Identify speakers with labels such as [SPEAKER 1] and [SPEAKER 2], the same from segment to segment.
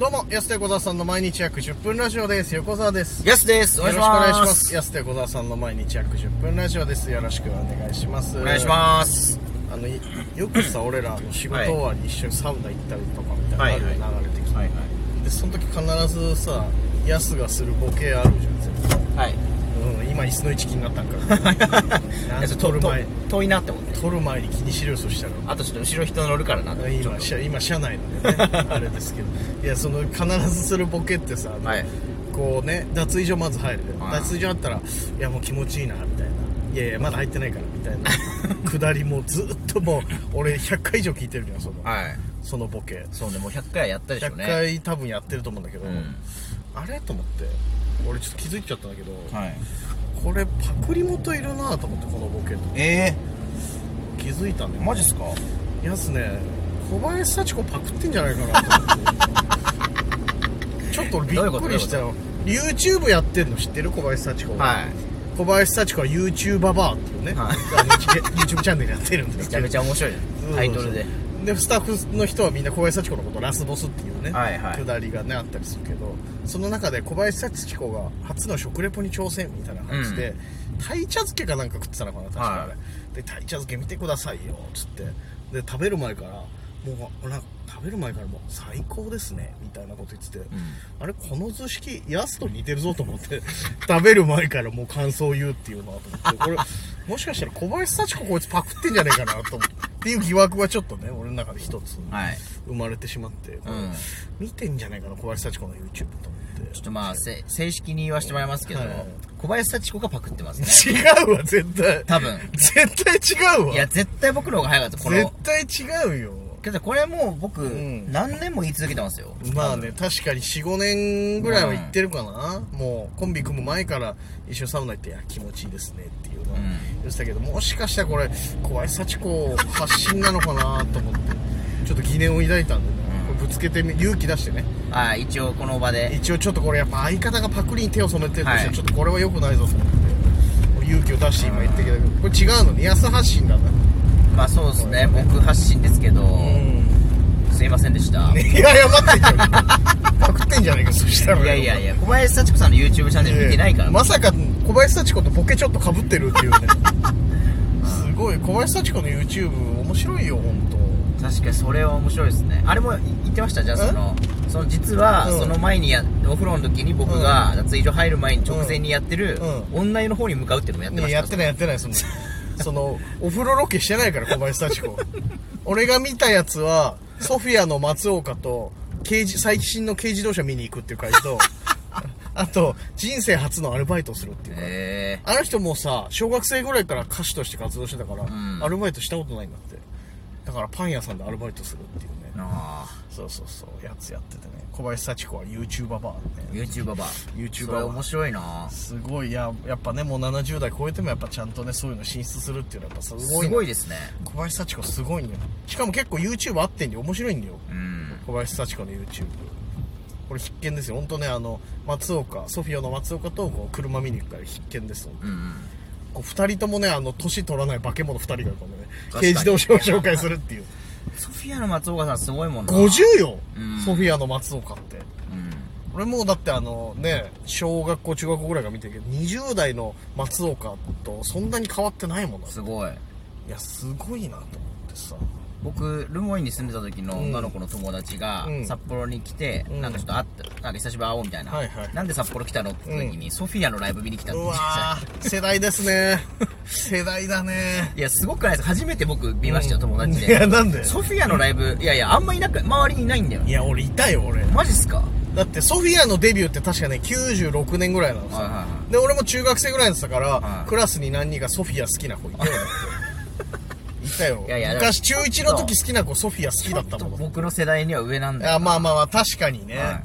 [SPEAKER 1] どうも、安手小沢さんの毎日約10分ラジオです。横澤です。よ
[SPEAKER 2] ヤスです。
[SPEAKER 1] ろしくお願いします。。安手小沢さんの毎日約10分ラジオです。よろしくお願いします。
[SPEAKER 2] お願いします。
[SPEAKER 1] す。あの、いよくさ、俺らあの仕事終わり一緒にサウナ行ったりとかみたいなのあるよ
[SPEAKER 2] はいはい
[SPEAKER 1] 流れてきて、
[SPEAKER 2] はい
[SPEAKER 1] で、その時必ずさ、安がするボケあるじゃん絶対。
[SPEAKER 2] はい。はい。
[SPEAKER 1] うん、今椅子の位置気になったんか。 なんか撮る前
[SPEAKER 2] と、遠いなって思って。
[SPEAKER 1] 撮る前に気にしろよ、そしたら。
[SPEAKER 2] あとちょっと後ろ人乗るからな。ちょっ
[SPEAKER 1] 今
[SPEAKER 2] と
[SPEAKER 1] 社今社内なんでねあれですけどいやその必ずするボケってさ、
[SPEAKER 2] はい
[SPEAKER 1] こうね脱衣所まず入るで
[SPEAKER 2] はい
[SPEAKER 1] 脱衣所あったらいやもう気持ちいいなみたいないやいやまだ入ってないからみたい な下りもうずっともう俺100回以上聞いてるじゃんその
[SPEAKER 2] はい。
[SPEAKER 1] そのボケ
[SPEAKER 2] そうね、もう100回やったでしょう
[SPEAKER 1] 100
[SPEAKER 2] ね。
[SPEAKER 1] 回多分やってると思うんだけど、
[SPEAKER 2] うん
[SPEAKER 1] あれと思って俺ちょっと気づいちゃったんだけど、
[SPEAKER 2] はい。
[SPEAKER 1] これパクリ元いるなと思ってこのボケと
[SPEAKER 2] え
[SPEAKER 1] 気づいたんだよ
[SPEAKER 2] ー、マジっすか
[SPEAKER 1] いやっすね小林幸子パクってんじゃないかなと思 ってちょっと俺びっくりしたよ YouTube やってんの知ってる小林幸子
[SPEAKER 2] はい。
[SPEAKER 1] 小林幸子は YouTuber バーっていうね、
[SPEAKER 2] はい
[SPEAKER 1] あの YouTube チャンネルやってるんで
[SPEAKER 2] め
[SPEAKER 1] す
[SPEAKER 2] ち
[SPEAKER 1] け
[SPEAKER 2] ゃ
[SPEAKER 1] ど
[SPEAKER 2] めちゃ面白いじゃん。タイト
[SPEAKER 1] そ
[SPEAKER 2] ルで
[SPEAKER 1] う。そうそうでスタッフの人はみんな小林幸子のことをラスボスっていうね、
[SPEAKER 2] はいはい
[SPEAKER 1] くだりがねあったりするけどその中で小林幸子が初の食レポに挑戦みたいな感じで、鯛茶漬けかなんか食ってたのかな確かあれ、
[SPEAKER 2] は
[SPEAKER 1] で鯛茶漬け見てくださいよつってで食べる前からもうなんか食べる前からもう最高ですねみたいなこと言ってて、あれこの図式ヤスと似てるぞと思って 食べる前からもう感想を言うっていうなと思ってこれもしかしたら小林幸子こいつパクってんじゃねえかなと思ってっていう疑惑はちょっとね俺の中で一つ
[SPEAKER 2] はい。
[SPEAKER 1] 生まれてしまって、
[SPEAKER 2] ん
[SPEAKER 1] 見てんじゃないかな小林幸子の YouTube と思
[SPEAKER 2] ちょっとまあ、せ正式に言わせてもらいますけど
[SPEAKER 1] はい、
[SPEAKER 2] 小林幸子がパクって ますね。
[SPEAKER 1] って違うわ絶対
[SPEAKER 2] 多分
[SPEAKER 1] 絶対違うわ
[SPEAKER 2] いや、絶対僕の方が早かった。この。
[SPEAKER 1] 絶対違うよ
[SPEAKER 2] けどこれもう僕、
[SPEAKER 1] ん
[SPEAKER 2] 何年も言い続けてますよ。
[SPEAKER 1] まあね確かに45年ぐらいは行ってるかな、もうコンビ組む前から一緒にサウナ行っていや気持ちいいですねっていうのは
[SPEAKER 2] うん
[SPEAKER 1] 言ってたけど、もしかしたらこれ小林幸子発信なのかなと思ってちょっと疑念を抱いたんでね、これぶつけてみ勇気出してね
[SPEAKER 2] はい、一応この場で。
[SPEAKER 1] 一応ちょっとこれやっぱ相方がパクリに手を染めてるとして、
[SPEAKER 2] はい
[SPEAKER 1] ちょっとこれは良くないぞと思って勇気を出して今言ってきたけどこれ違うのね安発信なんだ
[SPEAKER 2] まあそうですね、僕発信ですけど、 すいませんでした。
[SPEAKER 1] いや謝ってんじゃねえかパクってんじゃねえかそしたら
[SPEAKER 2] いやいやいや、小林幸子さんの YouTube チャンネル見てないから。
[SPEAKER 1] まさか小林幸子とボケちょっとかぶってるっていう ねすごい小林幸子の YouTube 面白いよ本
[SPEAKER 2] 確かにそれは面白いですね。あれも言ってましたじゃあ
[SPEAKER 1] え
[SPEAKER 2] その、その実は、
[SPEAKER 1] うん
[SPEAKER 2] その前にや、お風呂の時に僕が脱衣所入る前に直前にやってる、
[SPEAKER 1] うんう
[SPEAKER 2] 女湯の方に向かうっていうのもやって
[SPEAKER 1] 当
[SPEAKER 2] ま
[SPEAKER 1] い
[SPEAKER 2] した。
[SPEAKER 1] ややってないやってないその そのお風呂ロケしてないから小林幸子俺が見たやつはソフィアの松岡と軽自最新の軽自動車見に行くっていう回 とあと人生初のアルバイトをするっていう回
[SPEAKER 2] え
[SPEAKER 1] あの人もさ小学生ぐらいから歌手として活動してたから、
[SPEAKER 2] ん
[SPEAKER 1] アルバイトしたことないんだってだからパン屋さんでアルバイトするっていうね
[SPEAKER 2] ー、なあ
[SPEAKER 1] そうそうそうやつやっててね小林幸子は YouTuber バーね
[SPEAKER 2] YouTuber ば。
[SPEAKER 1] YouTuber
[SPEAKER 2] それ面白いな
[SPEAKER 1] すごいいややっぱねもう70代超えてもやっぱちゃんとねそういうの進出するっていうのはやっぱすごい,、
[SPEAKER 2] すごいですね。
[SPEAKER 1] 小林幸子すごいんだよしかも結構 YouTube あってんで面白いんだよ
[SPEAKER 2] うん。
[SPEAKER 1] 小林幸子の YouTube これ必見ですよ本当ねあの松岡ソフィアの松岡とこう車見に行くから必見です
[SPEAKER 2] うんうん。
[SPEAKER 1] こう2人ともねあの年取らない化け物2人がこのね
[SPEAKER 2] 確か
[SPEAKER 1] 軽
[SPEAKER 2] に
[SPEAKER 1] 自動車を紹介するっていう
[SPEAKER 2] ソフィアの松岡さんすごいもんな。
[SPEAKER 1] 50よ、
[SPEAKER 2] うん
[SPEAKER 1] ソフィアの松岡って
[SPEAKER 2] うん。
[SPEAKER 1] 俺もうだってあのね小学校中学校ぐらいから見てるけど20代の松岡とそんなに変わってないもんな
[SPEAKER 2] すごい。
[SPEAKER 1] いやすごいなと思ってさ
[SPEAKER 2] 僕留萌に住んでた時の女の子の友達が
[SPEAKER 1] うん
[SPEAKER 2] 札幌に来て、
[SPEAKER 1] うん
[SPEAKER 2] なんかちょっと会ってなんか久しぶりに会おうみたいな、
[SPEAKER 1] はいはい
[SPEAKER 2] なんで札幌来たのって時に、ソフィアのライブ見に来たっ
[SPEAKER 1] う
[SPEAKER 2] て言っ
[SPEAKER 1] わ
[SPEAKER 2] てた
[SPEAKER 1] ー世代です ね世代だね
[SPEAKER 2] いやすごくないですか初めて僕見ましたよ、友達
[SPEAKER 1] いや
[SPEAKER 2] で
[SPEAKER 1] なんで
[SPEAKER 2] ソフィアのライブいやいやあんまいなく周りにいないんだよ
[SPEAKER 1] いや俺いたよ俺
[SPEAKER 2] マジっすか
[SPEAKER 1] だってソフィアのデビューって確かね96年ぐらいなのさ、
[SPEAKER 2] はいはいは
[SPEAKER 1] で俺も中学生ぐらいだったから、
[SPEAKER 2] はい
[SPEAKER 1] クラスに何人かソフィア好きな子い たよだっていたよ
[SPEAKER 2] いやいや
[SPEAKER 1] 昔中1の時好きな子ソフィア好きだった
[SPEAKER 2] ちょ
[SPEAKER 1] も
[SPEAKER 2] っと
[SPEAKER 1] ん
[SPEAKER 2] 僕の世代には上なんだ
[SPEAKER 1] あ
[SPEAKER 2] よ
[SPEAKER 1] まあまあまあ確かにね、
[SPEAKER 2] はい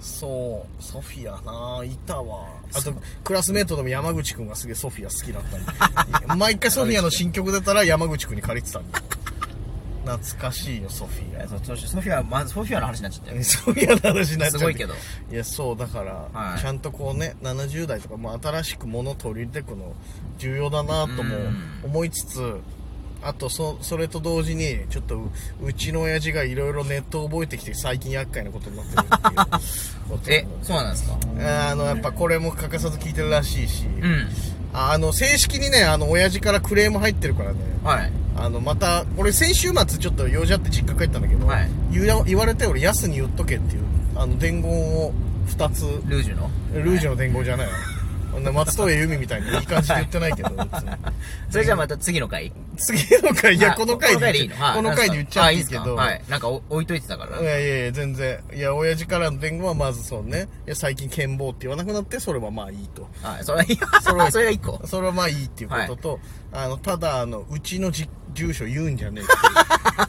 [SPEAKER 1] そうソフィアなあいたわあとクラスメートでも山口くんがすげえソフィア好きだ ったり毎回ソフィアの新曲出たら山口くんに借りてたんだよ懐かしいよソフ
[SPEAKER 2] いや
[SPEAKER 1] ィ
[SPEAKER 2] そうそうソフィア、まあ、ソフィアの話になっちゃったよ
[SPEAKER 1] ア ソフィアの話になっちゃう
[SPEAKER 2] すごいけど
[SPEAKER 1] いやそうだから、
[SPEAKER 2] はい
[SPEAKER 1] ちゃんとこうね70代とかも新しく物を取り入れてくの重要だなとも
[SPEAKER 2] うん
[SPEAKER 1] 思いつつあとそそれと同時にちょっとううちの親父がいろいろネットを覚えてきて最近厄介なことになってるってい
[SPEAKER 2] え
[SPEAKER 1] うこ
[SPEAKER 2] そうなんですか
[SPEAKER 1] とあのやっぱこれも欠かさず聞いてるらしいし、
[SPEAKER 2] うん
[SPEAKER 1] ああの正式にねあの親父からクレーム入ってるからね
[SPEAKER 2] はい
[SPEAKER 1] あのまた俺先週末ちょっと用事あって実家帰ったんだけど、
[SPEAKER 2] はい
[SPEAKER 1] 言わ言われて俺ヤスに言っとけっていうあの伝言を2つ
[SPEAKER 2] ルージュの
[SPEAKER 1] ルージュの伝言じゃないよ、あんな松任谷由実みたいにいい感じで言ってないけど別に
[SPEAKER 2] それじゃあまた次の回
[SPEAKER 1] 次の回いや
[SPEAKER 2] あ
[SPEAKER 1] この回で言っちゃ
[SPEAKER 2] こ
[SPEAKER 1] こ
[SPEAKER 2] の
[SPEAKER 1] の
[SPEAKER 2] 回
[SPEAKER 1] 回で言
[SPEAKER 2] でいい
[SPEAKER 1] っ
[SPEAKER 2] の
[SPEAKER 1] ちゃ
[SPEAKER 2] あ
[SPEAKER 1] う
[SPEAKER 2] い
[SPEAKER 1] んで
[SPEAKER 2] いですす
[SPEAKER 1] け
[SPEAKER 2] か
[SPEAKER 1] ど
[SPEAKER 2] はいなんかお置いといてたから
[SPEAKER 1] いやいやいや全然いや親父からの伝言はまずそうねいや最近健忘って言わなくなってそれはまあいいと
[SPEAKER 2] はいそれはいい
[SPEAKER 1] それは
[SPEAKER 2] それが一個
[SPEAKER 1] それはまあいいっていうことと、あのただあのうちのじ住所言うんじゃね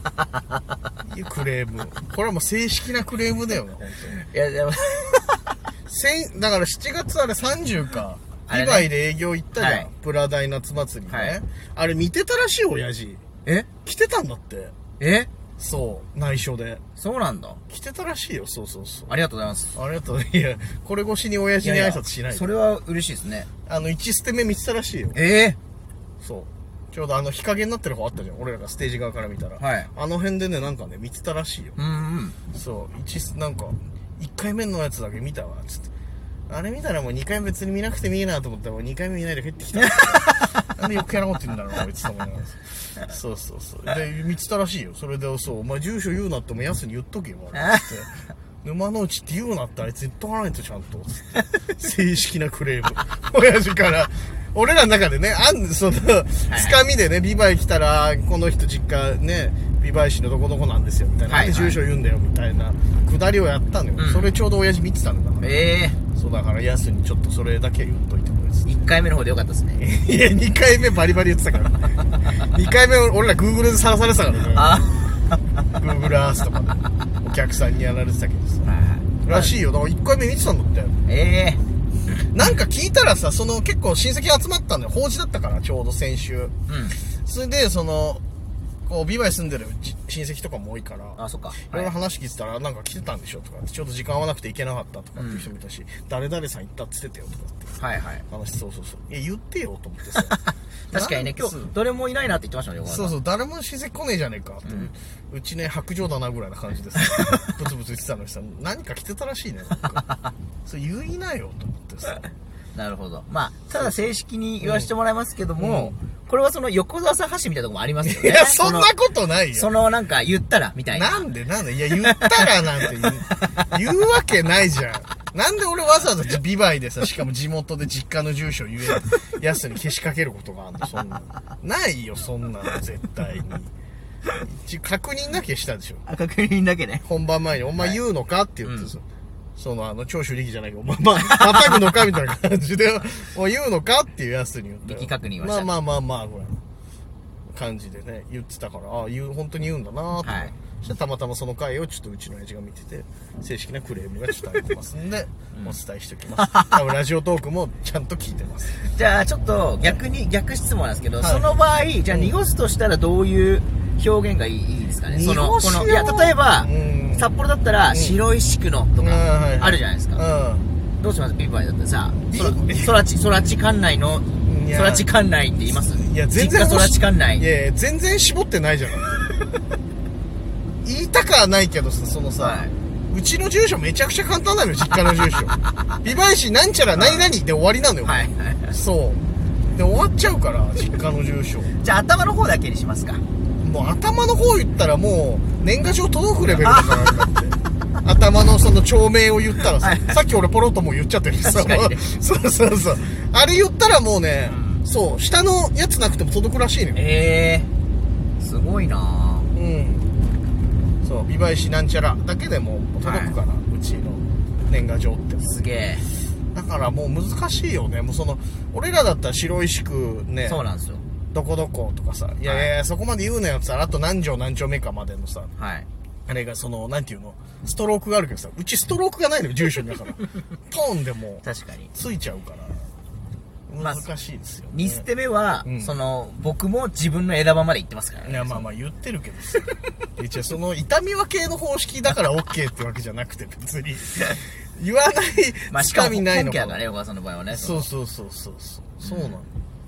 [SPEAKER 1] えっていういうクレームこれはもう正式なクレームだよな本
[SPEAKER 2] いやでも
[SPEAKER 1] 当にだから7月あれ30か
[SPEAKER 2] あれ
[SPEAKER 1] 以
[SPEAKER 2] ね
[SPEAKER 1] 外で営業行ったじゃん、
[SPEAKER 2] はい
[SPEAKER 1] プラダイ夏祭りね、
[SPEAKER 2] はい
[SPEAKER 1] あれ見てたらしい親父
[SPEAKER 2] え
[SPEAKER 1] 来てたんだって
[SPEAKER 2] え
[SPEAKER 1] そう内緒で
[SPEAKER 2] そうなんだ
[SPEAKER 1] 来てたらしいよそうそうそう
[SPEAKER 2] ありがとうございます
[SPEAKER 1] ありがとういやこれ越しに親父に挨拶しないで
[SPEAKER 2] それは嬉しいですね
[SPEAKER 1] あの1捨て目見てたらしいよ
[SPEAKER 2] ええ
[SPEAKER 1] そうちょうどあの日陰になってる方あったじゃん俺らがステージ側から見たら、
[SPEAKER 2] はい
[SPEAKER 1] あの辺でねなんかね見てたらしいよ
[SPEAKER 2] うんうん
[SPEAKER 1] そう一すなんか1回目のやつだけ見たわつってあれ見たらもう2回目別に見なくてもいいなと思ったらもう2回目見ないで帰ってきた なんで余計なこと言うんだろうなこいつと思いながらそうそうそうで見てたらしいよそれでそうお前住所言うなってもうやすに言っとけよお前つって沼の内って言うなってあいつ言っとかないとちゃんとつって正式なクレーム親父から俺らの中でねあんそのつかみでねビバイ来たらこの人実家ねビバイ市のどこどこなんですよみたいな、
[SPEAKER 2] はいはい
[SPEAKER 1] 住所言うんだよみたいなくだりをやったのよ、
[SPEAKER 2] うん
[SPEAKER 1] それちょうど親父見てたんだから、
[SPEAKER 2] ええ
[SPEAKER 1] そうだからヤスにちょっとそれだけは言っといてもらい
[SPEAKER 2] 一回目の方でよかったですね
[SPEAKER 1] いや2回目バリバリ言ってたから2回目俺ら Google でさらされてたから
[SPEAKER 2] あ
[SPEAKER 1] Google Earth とかでお客さんにやられてたけどさらしいよだから1回目見てたんだって
[SPEAKER 2] ええ
[SPEAKER 1] なんか聞いたらさその結構親戚集まったんだよ法事だったからちょうど先週
[SPEAKER 2] うん
[SPEAKER 1] それでそのこうビバイ住んでるじ親戚とかも多いから
[SPEAKER 2] あそっか
[SPEAKER 1] いろいろ話聞いてたら、なんか来てたんでしょとかって、ちょっと時間合わなくて行けなかったとかっていう人もいたし、誰々さん行ったって言ってたよとかって
[SPEAKER 2] はいはい。
[SPEAKER 1] 話、そうそうそう。え、言ってよと思ってさ
[SPEAKER 2] 確かにね今日どれもいないなって言ってましたもんね
[SPEAKER 1] そうそう、誰も親戚来ねえじゃねえかって、うちね、白状だなぐらいな感じでさ、ブツブツ言ってたのにさ、何か来てたらしいね、なん か。それ言いなよと思ってさ。
[SPEAKER 2] なるほど。まあ、ただ正式に言わせてもらいますけども、これはその横澤さん 橋みたいなとこもありますよ
[SPEAKER 1] い
[SPEAKER 2] ね。
[SPEAKER 1] や、そんなことないよ。
[SPEAKER 2] その、そのなんか言ったら、みたいな。
[SPEAKER 1] なんでなんでいや、言ったらなんて言う、言うわけないじゃん。なんで俺わざわざビバイでさ、しかも地元で実家の住所言え、やつにけしかけることがあんの、そんなの。ないよ、そんなの、絶対に。一応確認だけしたでしょ。
[SPEAKER 2] あ確認だけね。
[SPEAKER 1] 本番前に、お前
[SPEAKER 2] はい
[SPEAKER 1] 言うのかって言ってさ、その、あの、長州力じゃないけど、まあ、まあ、叩くのかみたいな感じで、おい言うのかっていうやつに言って。
[SPEAKER 2] 力確認はした
[SPEAKER 1] まあまあまあまあ、ぐらいの感じでね、言ってたから、ああ、言う、本当に言うんだなと思って、
[SPEAKER 2] はい
[SPEAKER 1] そしてたまたまその回をちょっとうちの親父が見てて、正式なクレームが伝えてますんで、お伝えしておき ます。多分ラジオトークもちゃんと聞いてます。
[SPEAKER 2] じゃあ、ちょっと逆に、逆質問なんですけど、
[SPEAKER 1] はい
[SPEAKER 2] その場合、じゃあ濁すとしたらどういう表現がいいいいですかね。その、
[SPEAKER 1] 濁しよう
[SPEAKER 2] いや、例えば
[SPEAKER 1] うん、
[SPEAKER 2] 札幌だったら、白石区のと
[SPEAKER 1] うんはい
[SPEAKER 2] か、あるじゃないですか。
[SPEAKER 1] うん。
[SPEAKER 2] どうしますビバイだったらさ、そら
[SPEAKER 1] いい
[SPEAKER 2] そらち、そらち管内の、
[SPEAKER 1] いや
[SPEAKER 2] そらち管内って言います
[SPEAKER 1] いや、全然
[SPEAKER 2] 実家そらち管内。
[SPEAKER 1] いやいや、全然絞ってないじゃん。言いたくはないけどさ、そのさ、
[SPEAKER 2] はいう
[SPEAKER 1] ちの住所めちゃくちゃ簡単なのよ、実家の住 所。美唄市なんちゃら何々で終わりなのよ。
[SPEAKER 2] はいはい。
[SPEAKER 1] そう。で、終わっちゃうから、実家の住所。
[SPEAKER 2] じゃあ頭の方だけにしますか。
[SPEAKER 1] もう頭の方言ったらもう、年賀状届くレベルだからだって。頭のその町名を言ったらさ、
[SPEAKER 2] はい
[SPEAKER 1] さっき俺ポロッともう言っちゃってるしさ、
[SPEAKER 2] 確かにね
[SPEAKER 1] そうそうそう。あれ言ったらもうね、そう、下のやつなくても届くらしいのよ。
[SPEAKER 2] ええすごいなあ
[SPEAKER 1] うんそう美唄市なんちゃらだけでも届くから、うちの年賀状って
[SPEAKER 2] すげえ、
[SPEAKER 1] だからもう難しいよねもうその俺らだったら白石区ね
[SPEAKER 2] そうなんですよ
[SPEAKER 1] どこどことかさいやいやいや、そこまで言うなよってさあと何条何丁目かまでのさ
[SPEAKER 2] はい
[SPEAKER 1] あれがそのなんていうのストロークがあるけどさうちストロークがないのよ住所にだから ポンでもう
[SPEAKER 2] 確かに
[SPEAKER 1] ついちゃうから
[SPEAKER 2] まあ
[SPEAKER 1] 難しいですよ、ね
[SPEAKER 2] 2捨て目は、
[SPEAKER 1] うん
[SPEAKER 2] その僕も自分の枝葉まで行ってますから
[SPEAKER 1] い
[SPEAKER 2] ね
[SPEAKER 1] やまあまあ言ってるけどさ 一応その痛み分けの方式だから OK ってわけじゃなくて別に 言わない
[SPEAKER 2] まあし
[SPEAKER 1] つ
[SPEAKER 2] か
[SPEAKER 1] か
[SPEAKER 2] も
[SPEAKER 1] みない
[SPEAKER 2] 根
[SPEAKER 1] の
[SPEAKER 2] 拠だからね岡田さんの場合はね
[SPEAKER 1] そううそうそうそうそうそうなの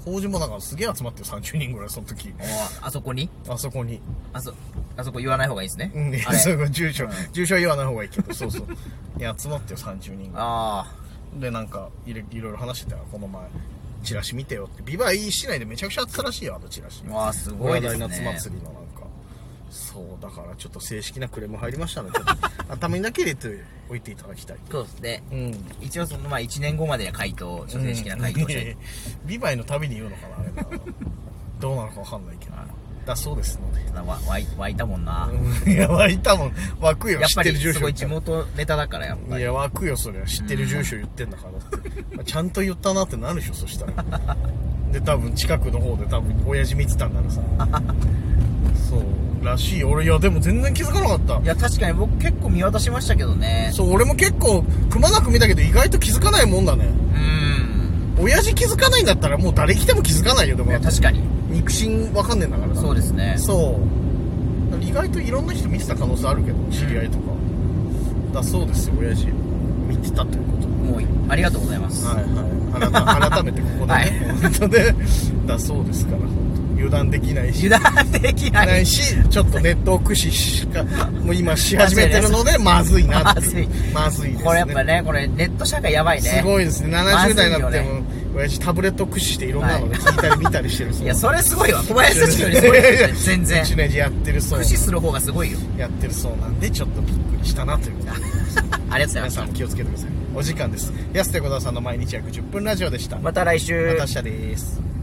[SPEAKER 1] 法人もだからすげえ集まってる30人ぐらいその時
[SPEAKER 2] おーあそこに
[SPEAKER 1] あそこに
[SPEAKER 2] あそ、あそこ言わない方がいいですね。
[SPEAKER 1] うん
[SPEAKER 2] あ れ
[SPEAKER 1] そういう住所、住所は言わない方がいいけどそうそういや集まってる30人が
[SPEAKER 2] あ
[SPEAKER 1] でなんかいろいろ話してたらこの前チラシ見てよってビバイー市内でめちゃくちゃあったらしいよあのチラシ
[SPEAKER 2] あ。わあ、すごいですね。
[SPEAKER 1] 話題夏祭りのなんかそうだからちょっと正式なクレーム入りましたのでちょっと 頭にだけ入れておいていただきたい
[SPEAKER 2] そうですね。
[SPEAKER 1] うん
[SPEAKER 2] 一応その、まあ、1年後までに回答、ちょっと正式な回答を
[SPEAKER 1] う
[SPEAKER 2] して
[SPEAKER 1] ん ビバイのたびに言うのかなあれなどうなのかわかんないけどだそうですので
[SPEAKER 2] ただわ湧い湧いたもんな。
[SPEAKER 1] うんいや湧いたもん湧くよ
[SPEAKER 2] やっ
[SPEAKER 1] 知
[SPEAKER 2] ぱ
[SPEAKER 1] って
[SPEAKER 2] り、
[SPEAKER 1] る住
[SPEAKER 2] す
[SPEAKER 1] 所
[SPEAKER 2] ごい地元ネタだから、やっぱ
[SPEAKER 1] い
[SPEAKER 2] り。
[SPEAKER 1] や湧くよそりゃ知ってる住所言ってんだからって、 ちゃんと言ったなってなるでしょそしたらで多分近くの方で多分親父見てたんだからさ そうらしいよ俺いやでも全然気づかなかった
[SPEAKER 2] いや、確かに僕結構見渡しましたけどね。
[SPEAKER 1] そう俺も結構くまなく見たけど意外と気づかないもんだね
[SPEAKER 2] うーん。
[SPEAKER 1] 親父気づかないんだったらもう誰来ても気づかないよで
[SPEAKER 2] い
[SPEAKER 1] も
[SPEAKER 2] や、確かに。
[SPEAKER 1] 肉親わかんねえんだからさ
[SPEAKER 2] そうですね。
[SPEAKER 1] そうだから意外といろんな人見てた可能性あるけど知り合いとか、だそうですよ親父見てたということ
[SPEAKER 2] もう、ありがとうございます。
[SPEAKER 1] はいはい改 改めてここでね、
[SPEAKER 2] はい
[SPEAKER 1] 本当でだそうですから本当油断できないし
[SPEAKER 2] 油断できな。
[SPEAKER 1] ないいしちょっとネットを駆使しかもう今し始めてる のでまずいなっていうまずいですね
[SPEAKER 2] これやっぱね、これネット社会やばいね。
[SPEAKER 1] すごいですね70代にな
[SPEAKER 2] ま
[SPEAKER 1] っ
[SPEAKER 2] ずい
[SPEAKER 1] て
[SPEAKER 2] よ
[SPEAKER 1] も
[SPEAKER 2] ね
[SPEAKER 1] 親父タブレット駆使していろんなのね聞いたり見たりしてるそう
[SPEAKER 2] いや、それすごいわ。小 林幸子よりすごいよね。全然
[SPEAKER 1] う。ちの親父やってるそう
[SPEAKER 2] 駆使する方がすごいよ。
[SPEAKER 1] やってるそうなんでちょっとびっくりしたなということで
[SPEAKER 2] ありがとうございま
[SPEAKER 1] 皆
[SPEAKER 2] し
[SPEAKER 1] さ
[SPEAKER 2] た
[SPEAKER 1] ん。も気をつけてくださいお時間です安手小沢さんの毎日約10分ラジオでしたま
[SPEAKER 2] また来週。
[SPEAKER 1] た明日です